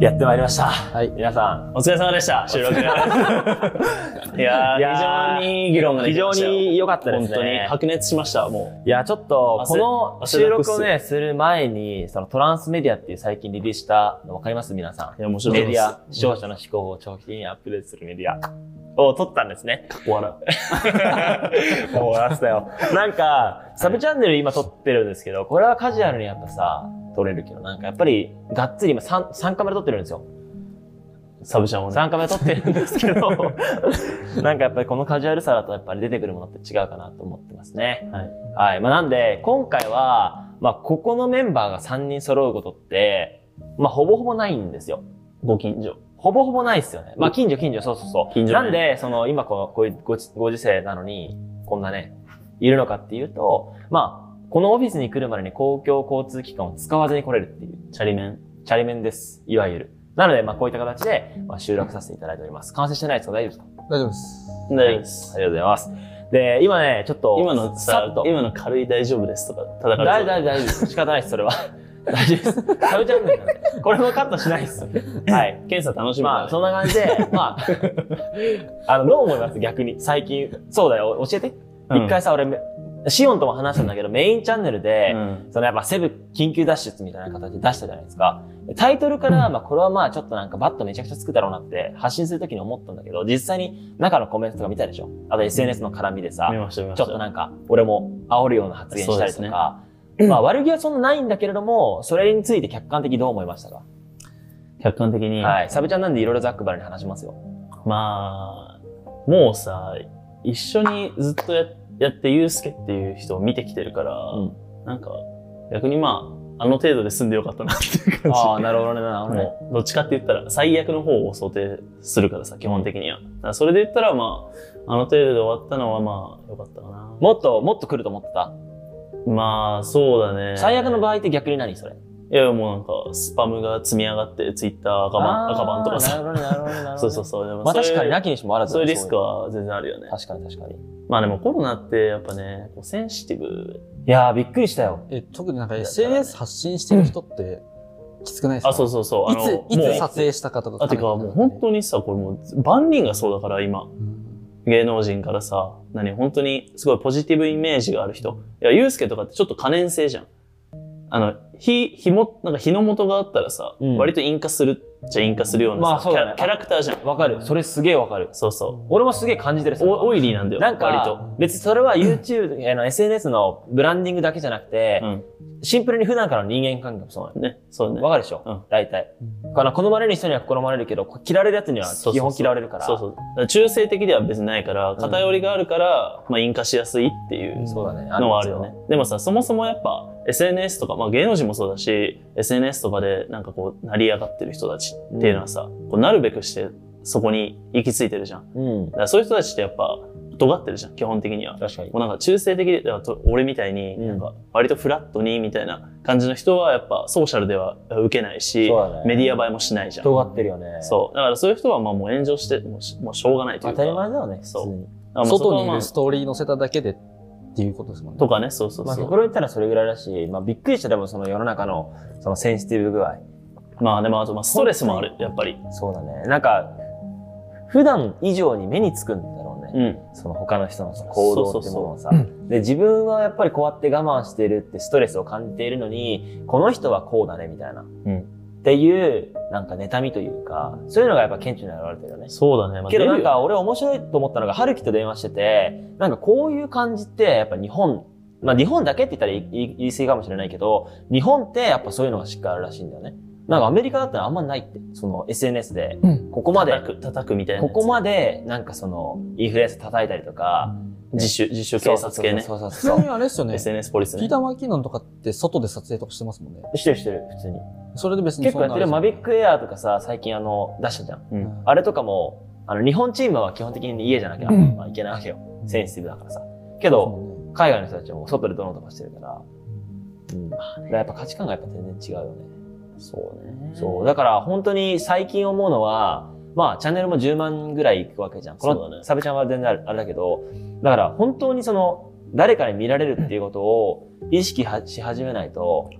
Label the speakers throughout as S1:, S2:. S1: やってまいりました。はい皆さん。
S2: お疲れ様でした、収録。いやー
S1: いやー
S2: 非常にいい議論がで
S1: 非
S2: き
S1: 常
S2: ましたよ。
S1: に良かったです
S2: 本当に
S1: ね。
S2: 白熱しました、も
S3: いや、ちょっと、こ
S2: 汗
S3: の
S2: 汗
S3: 収
S2: だくっす
S3: 録をね、する前に、そのトランスメディアっていう最近リリースしたの分かります皆さ
S2: う。いや、面
S3: ん。
S2: 白い
S3: メ
S2: で
S3: デ
S2: す。
S3: ィア、視聴者の思考を長期的にアップデートするメディアを撮ったんですね。
S2: 終わらん。
S3: もう終わらせたよ。なんか、サブチャンネル今撮ってるんですけど、これはカジュアルにやっぱさ、撮れるけど、なんかやっぱり、がっつり今 3, 3カメラ撮ってるんですよ。
S2: サブちゃんをね。
S3: 3カメラ撮ってるんですけど、 なんかやっぱりこのカジュアルさだとやっぱり出てくるものって違うかなと思ってますね。
S2: はい。
S3: はい。まあ、なんで、今回は、まあ、ここのメンバーが3人揃うことって、まあ、ほぼほぼないんですよ。
S2: ご近所。
S3: ほぼほぼないですよね。まあ、近所、近所、そうそうそう。
S2: 近所
S3: な
S2: ね
S3: んで、その、今この、こういうご時ご時世なのに、こんなね、いるのかっていうと、まあ、このオフィスに来るまでに公共交通機関を使わずに来れるっていう、
S2: チャリメン。
S3: チャリメンです。いわゆる。なので、まあ、こういった形で、まあ、収録させていただいております。完成してないですか大丈夫ですか
S4: 大丈夫です。
S2: 大丈夫です
S3: あ。りがとうございます。で、今ね、ちょっと、
S2: 今の
S3: さ
S2: さ
S3: っと、、
S2: 今の軽い大丈夫ですとか、叩かれ
S3: 大
S2: てた
S3: 大大丈夫です。仕方ないです、そ れは。大丈夫です。サブチャンネルなんで。これもカットしない です。はい。
S2: 検査楽しみ
S3: まあ、
S2: だね
S3: そんな感じで、ま あ、あの、どう思います逆に。最近。そうだよ、教えて。一、
S2: うん
S3: 回さ、俺、めシオンとも話したんだけど、メインチャンネルで、
S2: うん
S3: そのやっぱセブ緊急脱出みたいな形で出したじゃないですか。タイトルから、まあこれはまあちょっとなんかバットめちゃくちゃつくだろうなって発信するときに思ったんだけど、実際に中のコメントとか見たでしょあと SNS の絡みでさ、
S2: 見ました、見まし
S3: ちょ
S2: た。
S3: っとなんか、俺も煽るような発言したりとか、
S2: ね
S3: まあ悪気はそんなないんだけれども、それについて客観的にどう思いましたか、
S2: 客観的に、
S3: はい。サブちゃんなんでいろいろざっくばらんに話しますよ。
S2: まあ、もうさ、一緒にずっとややって、ゆうすけっていう人を見てきてるから、
S3: うん
S2: なんか、逆にまあ、あの程度で済んでよかったなっていう感じ。
S3: ああ、なるほどね、なるほどね。
S2: もうどっちかって言ったら最悪の方を想定するからさ基本的には、だからそれで言ったらまああの程度で終わったのはまあよかったかな
S3: もっと、もっと来ると思ってた。
S2: まあそうだね
S3: 最悪の場
S2: 合
S3: 合って逆に何それ
S2: いやもうなんかスパムが積み上がってツイッター赤バン赤バンとかさ
S3: あーなるほど、なるほど、なるほど。
S2: そうそうそうでも
S3: まあ
S2: そういう
S3: 確かに、なきにしもあらずだ
S2: そう
S3: ね
S2: いうリスクは全然あるよね
S3: 確かに確かに。い
S2: まあでもコロナってやっぱねこうセンシティブ
S3: やー、びっくりしたよ。
S4: え、特になんか SNS 発信してる人ってきつくないですか
S2: あそう
S4: そ
S2: そうそうあの
S4: いつ、
S2: も
S4: いうつ撮影したかとか。
S2: あてかもう本当にさこれもう万人がそうだから今
S4: うん
S2: 芸能人からさ、何、本当にすごいポジティブイメージがある人。いや、ユうスケとかってちょっと可燃性じゃん。あの、火、火も、なんか火の元があったらさ、
S3: うん
S2: 割と引火するっちゃ引火するようなさ、
S3: まあそうだね
S2: キャラキャラクターじゃん。
S3: わかる。それすげえわかる。
S2: そうそ
S3: 俺もすげえ感じてる。
S2: う。おオイリーなんだよ、
S3: なん
S2: 割
S3: か
S2: と。、
S3: 別にそれは YouTube、あの SNS のブランディングだけじゃなくて、
S2: う
S3: シンプルに普段からの人間関係もそうなの。
S2: ん。ね、そうね。
S3: わかるでしょ、
S2: うん
S3: 大体。この好まれる人には好まれるけど、こ嫌われるやつには
S2: そうそうそう
S3: 基本嫌われるから。
S2: そうそう。だから中性的では別にないから、偏りがあるから、まあ引火しやすいっていう
S3: そうだね。
S2: のはあるよね。でもさ、そもそもやっぱ SNS とか、まあ芸能人もそうだし、SNS とかでなんかこう成り上がってる人たちっていうのはさ、こうなるべくしてそこに行き着いてるじゃん。だ
S3: うん。
S2: からそういう人たちってやっぱ尖ってるじゃん、基本的には。
S3: 確かに
S2: も。うなんか中性的で、だからと俺みたいに、
S3: うん
S2: なんか割とフラットにみたいな感じの人はやっぱソーシャルでは受けないし、
S3: そうだね
S2: メディア映えもしないじゃん。
S3: 尖ってるよね。
S2: そう。だからそういう人はまあもう炎上して、もうしもうしょうがないと
S3: 当
S2: いうか。
S3: たり前だよね、普通
S2: そう
S3: に。
S2: あまあそこは
S4: 外にい
S2: まあ
S4: るストーリー載せただけでっていうことですもんね。
S2: とかね、そうそう
S3: まあ、
S2: そう。
S3: 心言ったらそれぐらいだし、まあ、びっくりしたでもその世の中の、そのセンシティブ具合。
S2: まあでもあとまあストレスもある、やっぱり。
S3: そうだね。なんか、普段以上に目につくんだろうね。
S2: うん。
S3: その他の人のさ行動ってものをさ
S4: そうそ
S3: で自分はやっぱりこうやって我慢してるってストレスを感じているのにこの人はこうだねみたいな、
S2: ん
S3: っていうなんか妬みというかそういうのがやっぱ顕著に現れてるよね。
S2: そうだね。まあ
S3: けどなん、
S2: 出るよ
S3: か俺面白いと思ったのが春樹と電話しててなんかこういう感じってやっぱ日本まあ日本だけって言ったら言い言い言い過ぎかもしれないけど日本ってやっぱそういうのがしっかりあるらしいんだよね。なんかアメリカだったらあんまないってその SNS で
S4: うん
S3: ここま で、
S2: 叩く、叩くみたいなや
S3: こ
S2: つ。
S3: こまでなんかそのインフルエンサー叩いたりとか、
S2: 自主、自主警察系ね。
S3: そうそうそう
S4: ちな
S3: そ
S4: みにあれですよね。
S2: SNS ポリス
S4: ピ
S2: ね
S4: ー。ター・マーキーノンとかって外で撮影とかしてますもんね。
S3: う。してるしてる、普通に。
S4: それで別に
S3: 結構やってるマビッ
S4: ク。
S3: クエアーとかさ、最近あの、出したじゃん。
S2: うん
S3: あれとかも、あの、日本チームは基本的に家じゃなきゃ、
S4: うん
S3: まあ、いけないわけよ。センシティブだからさ。けど、海外の人たちはもう外でドローンとかしてるから、うん。だからやっぱ価値観がやっぱ全然違うよね。
S2: そうね。
S3: そう。だから本当に最近思うのは、まあチャンネルも10万ぐらいいくわけじゃん。こ
S2: そうだ
S3: の
S2: ね
S3: サブちゃんは全然あるあれだけど、だから本当にその誰かに見られるっていうことを意識はし始めないと、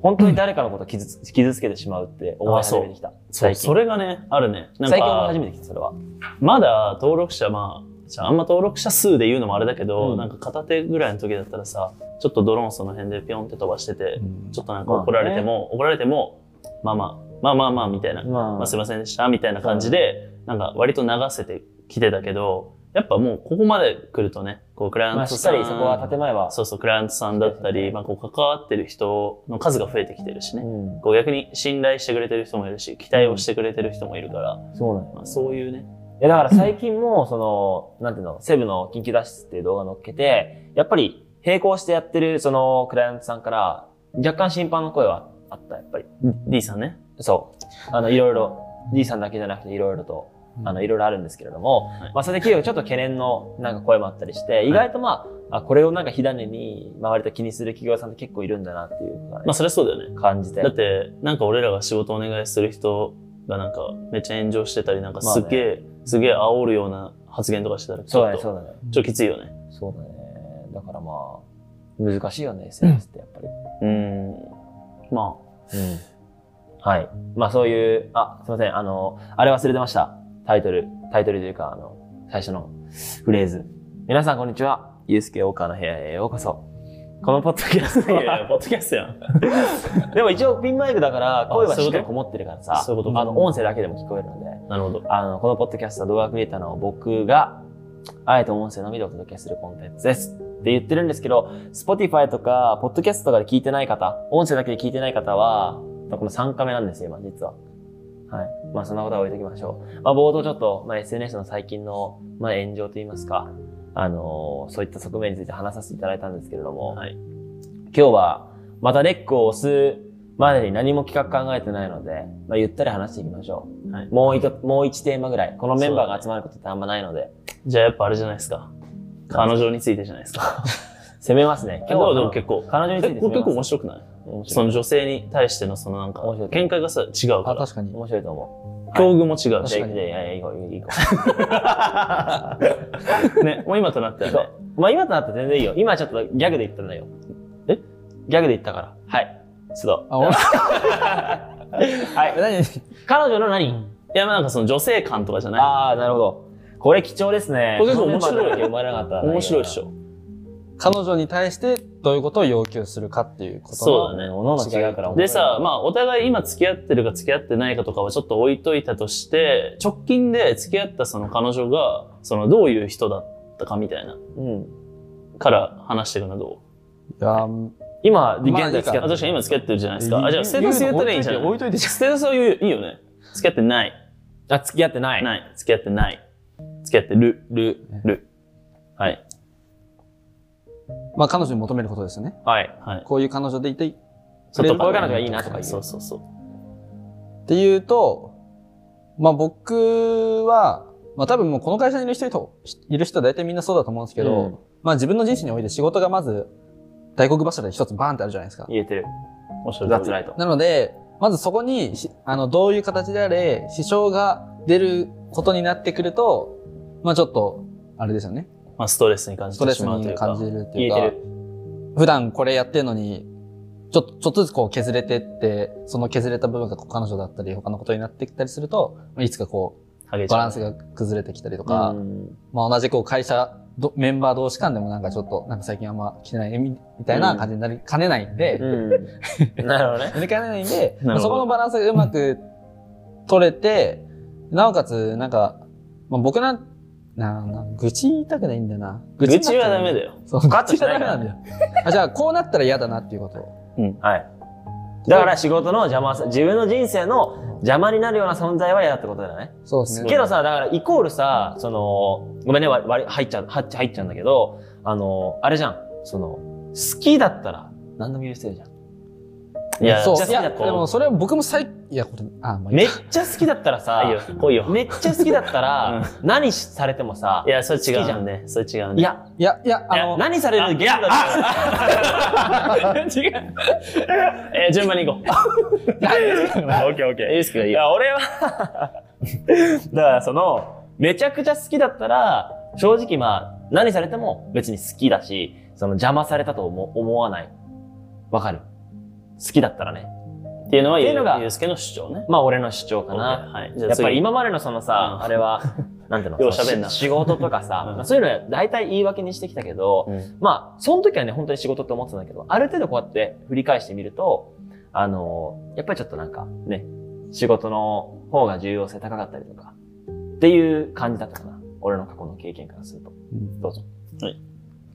S3: 本当に誰かのことを傷つ傷つけてしまうって思い始めてきた。
S2: そ
S3: 最
S2: う、
S3: 近。
S2: それがね、あるね。なん
S3: 最近思い始
S2: か、
S3: めてきた、それは。
S2: まだ登録者、まあ、じゃああんま登録者数で言うのもあれだけど、
S3: うん
S2: なんか片手ぐらいの時だったらさ、ちょっとドローンその辺でピョンって飛ばしてて、ちょっとなんか怒られても、怒られても、まあまあ、まあまあまあみたいな、
S3: ま
S2: まあすいませんでしたみたいな感じで、なんか割と流せてきてたけど、やっぱもうここまで来るとね、こうクライア
S3: ま
S2: ン
S3: あ、
S2: ト
S3: しっ
S2: さ
S3: か
S2: ん、
S3: りそこは建前は。
S2: そうそう、クライアントさんだったり、まあこう関わってる人の数が増えてきてるしね。
S3: うん
S2: こう逆に信頼してくれてる人もいるし、期待をしてくれてる人もいるから、
S3: そうなの。
S2: まあ、そういうね。
S3: いや、だから最近も、その、なんていうの、セブの緊急脱出っていう動画乗っけて、やっぱり並行してやってる、その、クライアントさんから、若干心配の声はあった、やっぱり。
S2: D さんね。
S3: そう。あの、いろいろ、D さんだけじゃなくて、いろいろと、あの、いろいろあるんですけれども、
S2: はい
S3: まあ、それで企業がちょっと懸念の、なんか声もあったりして、意外とまあ、あこれをなんか火種に、周りと気にする企業さんって結構いるんだなっていうのがね
S2: まあそりゃそうだよね。
S3: 感じて。
S2: だって、なんか俺らが仕事お願いする人がなんかめっちゃ炎上してたり、なんかすっげえ、すげえ煽るような発言とかしてたら、ち
S3: そう
S2: ょ
S3: だ
S2: っ
S3: ね、
S2: と、
S3: そうだね。
S2: ちょっときついよね。
S3: そうだね。だからまあ、難しいよね、SNS ってやっぱり。
S2: うん。ま
S3: はい。まあそういう、あ、すいません。あの、あれ忘れてました。タイトル、タイトルというか、あの、最初のフレーズ。皆さんこんにちは。ゆうすけおーカーの部屋へようこそ。このポッドキャス
S2: あ、
S3: ト
S2: いやいや、
S3: は、
S2: ポッドキャストやん。
S3: でも一応ピンマイクだから、声は
S2: そうい
S3: し
S2: うこと
S3: っかりこもってるからさ、
S2: そういうこと
S3: あの、音声だけでも聞こえるので、
S2: なるほど。
S3: あの、このポッドキャストは動画クリエイターの僕が、あえて音声のみでお届けするコンテンツです。って言ってるんですけど、Spotify とか、ポッドキャストとかで聞いてない方、音声だけで聞いてない方は、この3カメなんですよ、今、実は。はい。まあ、そんなことは置いときましょう。まあ、冒頭ちょっと、まあ、SNS の最近の、まあ、炎上といいますか、あのーそういった側面について話させていただいたんですけれども、
S2: はい
S3: 今日は、またレックを押すまでに何も企画考えてないので、まあ、ゆったり話していきましょう。
S2: はい。
S3: もう一個、もう一テーマぐらい。このメンバーが集まることってあんまないので、
S2: じゃあやっぱあれじゃないですか。彼女についてじゃないですか。
S3: 攻めますね。
S2: 今日
S3: 今日は
S2: はでも結構、
S3: 彼女について
S2: これ
S3: 攻
S2: 結構
S3: め
S2: 面
S3: ます。
S2: 白くない
S3: 面
S2: そ
S3: 白い。
S2: の女性に対してのそのなんか
S3: 面白い、
S2: 見解がさ、違うか
S4: あ、
S2: ら。
S4: 確かに。
S3: 面白いと思
S2: 境遇も違う
S3: う。
S2: し
S3: じゃ
S4: 確か
S3: あ、
S4: に
S3: じゃあいやいや、いい子、いい子。
S2: ね、もう今となっては
S3: 行
S2: ね
S3: こ。うまあ今となって全然いいよ。今ちょっとギャグで言ったんだよ。
S2: え
S3: ギャグで言ったから。はい。須藤。
S4: あ、お
S3: はい。
S4: 何
S3: 彼女の何
S2: いや、まあなんかその女性感とかじゃない
S3: ああ、なるほど。これ貴重ですね。
S2: これ結構面白い
S3: このメンバーだけ生まれなかったら
S2: 面白いでし。ょ。
S4: 彼女に対してどういうことを要求するかっていうことの
S2: そうだね
S3: ね、おの違うから。
S2: でさ、まあお互い今付き合ってるか付き合ってないかとかはちょっと置いといたとして、直近で付き合ったその彼女が、そのどういう人だったかみたいな、
S3: うん。
S2: から話していくのど
S4: いやー
S3: 今、
S4: まあ
S3: 現在付き
S2: う
S3: 合
S2: あ、
S3: って
S2: 確かに今付き合ってるじゃないですか。あ、じゃあステー
S4: 言う
S2: タス言ったらいいんじゃない
S4: 置いといて置いといて
S2: ステータスは言ういいよね。付き合ってない。
S3: あ、付き合ってない。
S2: ない。付き合ってない。付き合ってる。
S3: る。
S2: る。はい。
S4: まあ彼女に求めることですよね。
S3: はい。
S2: はい。
S4: こういう彼女でいてっ
S3: そう
S4: 触れる
S3: こういう彼女がいいなとか言う。
S2: そうそうそう。
S4: ていうと、まあ僕は、まあ多分もうこの会社にいる人と、いる人は大体みんなそうだと思うんですけど、
S3: うん
S4: まあ自分の人生において仕事がまず大黒柱で一つバーンってあるじゃないですか。
S3: 言えてる。
S2: おっしゃる
S3: ザッ
S2: 通
S3: ツ
S2: り
S3: ライト。
S4: なので、まずそこにし、あの、どういう形であれ、支障が出ることになってくると、まあちょっと、あれですよね。
S2: まあストレスに感じ
S4: スト
S2: て
S4: レ
S2: し
S4: ス
S2: まうとい
S4: に
S2: うか
S4: 感。じるって
S3: 言え
S4: いう
S3: て
S4: か、
S3: る。
S4: 普段これやってんのに、ちょっと、ちょっとずつこう削れてって、その削れた部分がこう彼女だったり、他のことになってきたりすると、まあいつかこ
S2: ハゲ
S4: う、
S2: ちゃ
S4: バ
S2: う
S4: ランスが崩れてきたりとか、
S3: うん
S4: まあ同じこう会社ど、メンバー同士間でもなんかちょっと、なんか最近あんま来てないねみみたいな感じになりかねないんで、
S3: うん。なるほどね。
S4: 塗り替えないんで、
S2: なるほど
S4: そこのバランスがうまく取れて、なおかつ、なんか、まあ、僕なん、なな愚痴言いたくないんだよな。愚
S2: 愚痴はダメ
S4: だよ。
S2: だよ。
S4: そう、
S3: カット
S4: 愚
S3: し
S4: 痴は
S3: な
S4: ダ
S3: いか
S4: メ
S3: ら
S4: なんだよ。あじゃあ、こうなったら嫌だなっていうことを。
S3: はい。だから仕事の邪魔さ、自分の人生の邪魔になるような存在は嫌だってことだよね。
S4: そうですね。
S3: けどさ、だからイコールさ、その、ごめんね、割り入っちゃう、入っちゃ入っちゃうんだけど、あの、あれじゃん。その、好きだったら何でも許せるじゃん。
S2: いや、
S4: そう
S3: じゃあ
S4: いや、
S3: 好きだった
S4: でもそれは僕も最、いや、これ、あ、まあ、
S3: めっちゃ好きだったらさ
S2: いい、よ、来いよ。
S3: めっちゃ好きだったら、何しされてもさ
S2: い、や、それ違
S3: 好きじゃ
S2: うんね。それ違うね。
S3: い、や、
S4: いや、いや、あの、
S3: 何されるゲームだったら、
S2: 違う。えー、順番に行こ
S3: オ
S2: う。
S3: ッケーオッケー。
S2: エース君がいい
S3: い
S2: よ。
S3: や、俺は、だからその、めちゃくちゃ好きだったら、正直まあ、何されても別に好きだし、その邪魔されたと思思わない。わかる好きだったらね。
S2: っていうのは、
S3: っていうのが
S2: ゆうすけの主張ね。
S3: まあ俺の主張かな。
S2: はい。じゃ
S3: や
S2: あ
S3: っぱり
S2: 次、
S3: 今までのそのさ、
S2: うん
S3: あれ は、なんていうの
S2: よう喋ん
S3: そ
S2: な
S3: のし仕事とかさ、
S2: うん
S3: まあそういうのは大体言い訳にしてきたけど、
S2: うん
S3: まあ、その時はね、本当に仕事って思ってたんだけど、ある程度こうやって振り返してみると、あの、やっぱりちょっとなんかね、仕事の方が重要性高かったりとか、っていう感じだったかな。俺の過去の経験からすると。どうぞ。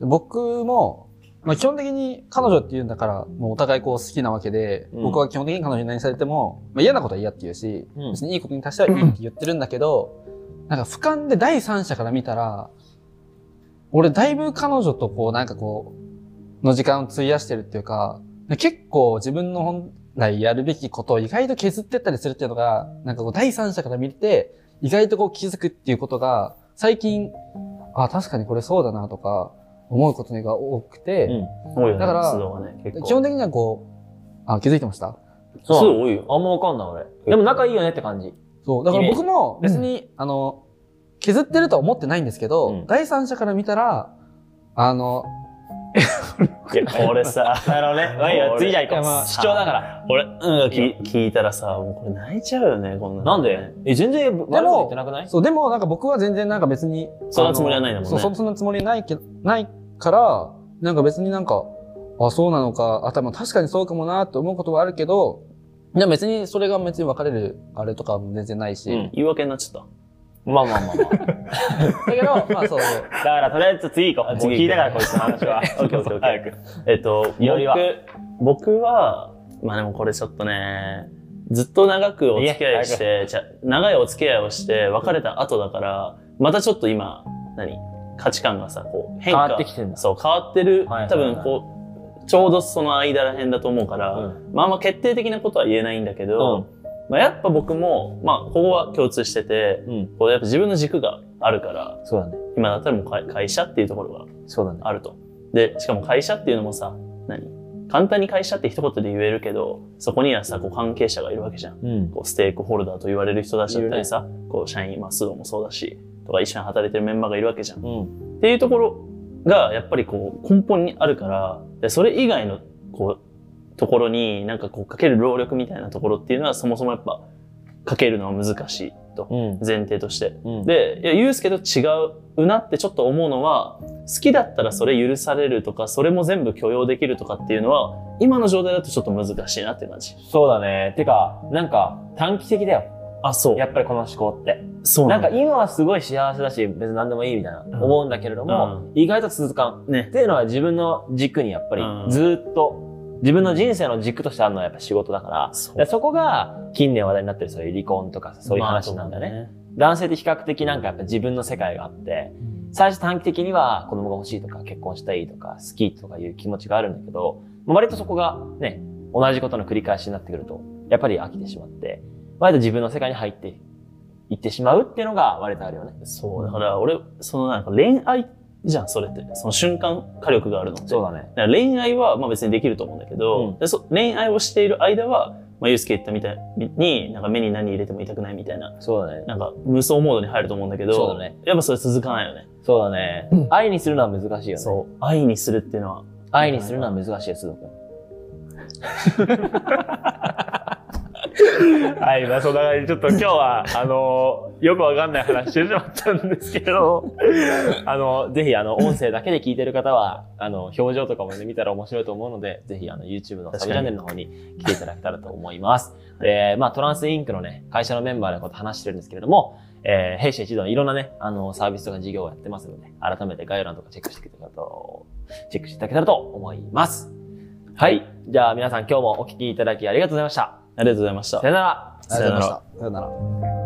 S4: 僕も、まあ、基本的に彼女っていうんだから、もうお互いこう好きなわけで、
S3: うん
S4: 僕は基本的に彼女に何されても、まあ、嫌なことは嫌って言うし、
S3: うん
S4: 別にいいことに対してはいいって言ってるんだけど、なんか俯瞰で第三者から見たら、俺だいぶ彼女とこうなんかこう、の時間を費やしてるっていうか、結構自分の本来やるべきことを意外と削ってったりするっていうのが、なんかこう第三者から見て、意外とこう気づくっていうことが、最近、あ、確かにこれそうだなとか、思うことが多くて、
S2: 多いよね、
S4: だから
S2: 須藤はね、結構。
S4: 基本的にはこう、あ、気づいてました
S2: 須
S3: そう
S2: 藤多いよ。
S3: あんまわかんない俺。でも仲いいよねって感じ。
S4: そう。だから僕も
S3: イメージ
S4: 別に、あの、削ってるとは思ってないんですけど、
S3: うん
S4: 第三者から見たら、あの、
S2: いや、これさ、
S3: なるほどね。
S2: いや
S3: 次
S2: 次
S3: じ
S2: じ
S3: ゃ
S2: ゃ
S3: あ行こ
S2: あ行こ
S3: う。
S2: う
S3: 主
S2: 主
S3: 張
S2: 張
S3: だ
S2: だ
S3: か。
S2: から俺、うん、
S3: い
S2: き聞いたらさ、もうこれ泣いちゃうよね、こんな
S3: な
S2: の
S3: ん
S2: ね。
S3: でえ、全然悪いこと言ってなくない
S4: そう、でもなんか僕は全然なんか別に。
S2: そんなつもりはないんだもんね
S4: あのそう、そんなつもりないけど、ないから、なんか別になんか、あ、そうなのか、あ、多分確かにそうかもなって思うことはあるけど、でも別にそれが別に別れるあれとかも全然ないし。
S3: うん
S2: 言い訳になっちゃっ
S3: まあまあ まあまあ。だ
S4: だけど、ま あそう。
S3: からとりあえず次行こう。もう
S2: 次行こう
S3: 聞いたからこいつの話 は。
S2: た。オッケーオッケーオッケー。えっと、
S3: いおりは
S2: 僕、僕は、まあでもこれちょっとね、ずっと長くお付き合いして、じゃ長いお付き合いをして別れた後だから、またちょっと今、何価値観がさ、こう変
S3: 変
S2: 化。
S3: わってきてんだ。
S2: そう、変わってる。
S3: はいはいはい
S2: 多分こう、ちょうどその間らへんだと思うから、
S3: うん
S2: まああんま決定的なことは言えないんだけど、まあやっぱ僕も、まあここは共通してて、
S3: うん。うん。
S2: こうやっぱ自分の軸があるから、
S3: そうだね。
S2: 今だったらもう会会社っていうところが
S3: そうだね。
S2: あると。で、しかも会社っていうのもさ、何簡単に会社って一言で言えるけど、そこにはさ、こう関係者がいるわけじゃん。
S3: うん。
S2: こうステークホルダーと言われる人たちだったりさ、こう社員、まあ、須藤もそうだし、とか一緒に働いてるメンバーがいるわけじゃん。
S3: うん。
S2: っていうところがやっぱりこう根本にあるからでそれ以外のこうところになんかこうかける労力みたいなところっていうのはそもそもやっぱかけるのは難しいと
S3: うん。
S2: 前提として
S3: うん、
S2: でいやユうスケと違うなってちょっと思うのは好きだったらそれ許されるとかそれも全部許容できるとかっていうのは今の状態だとちょっと難しいなって感じ
S3: そうだね。てか、なんか短期的だよ。
S2: あそ
S3: やっぱりこの思考って。
S2: そう
S3: な
S2: なんん
S3: か
S2: だ
S3: 今はすごい幸せだし、別に何でもいいみたいな、
S2: ん
S3: 思うんだけれども、意外と続かん。
S2: ね
S3: っていうのは自分の軸にやっぱり
S2: うん
S3: ずーっと、自分の人生の軸としてあるのはやっぱ仕事だから、
S2: そ
S3: でそこが近年話題になってるそういう離婚とかそういう話なんだね。男性って比較的なんかやっぱ自分の世界があって、最初短期的には子供が欲しいとか結婚したいとか好きとかいう気持ちがあるんだけど、まあ割とそこがね、同じことの繰り返しになってくると、やっぱり飽きてしまって、割と自分の世界に入っていってしまうっていうのが割とあるよね。
S2: そうだから俺そのなんか恋愛じゃんそれってその瞬間火力があるのって
S3: そうだね。
S2: だから恋愛はまあ別にできると思うんだけど、
S3: うん
S2: でそ恋愛をしている間は、まあ、ユースケ言ったみたいになんか目に何入れても痛くないみたいな
S3: そうだね。
S2: なんか無双モードに入ると思うんだけど
S3: そうだね
S2: やっぱそれ続かないよね
S3: そうだね。愛にするのは難しいよね。
S2: そう愛にするっていうのは
S3: 愛にするのは難しいよ、すごく。
S1: はい、まあそんな感じで、ちょっと今日は、あのよくわかんない話してしまったんですけど、
S3: あの、ぜひ、あの、音声だけで聞いてる方は、あの、表情とかもね、見たら面白いと思うので、ぜひ、あの、YouTube のサブチャンネルの方に来ていただけたらと思います。えー、まあ、トランスインクのね、会社のメンバーのこと話してるんですけれども、えー、弊社一同いろんなね、あの、サービスとか事業をやってますので、改めて概要欄とかチェックしていただけたらと、チェックしていただけたらと思います。はい。じゃあ、皆さん今日もお聞きいただきありがとうございました。
S2: ありがとうございました
S3: さよなら。
S4: ありがとうございました。さよなら。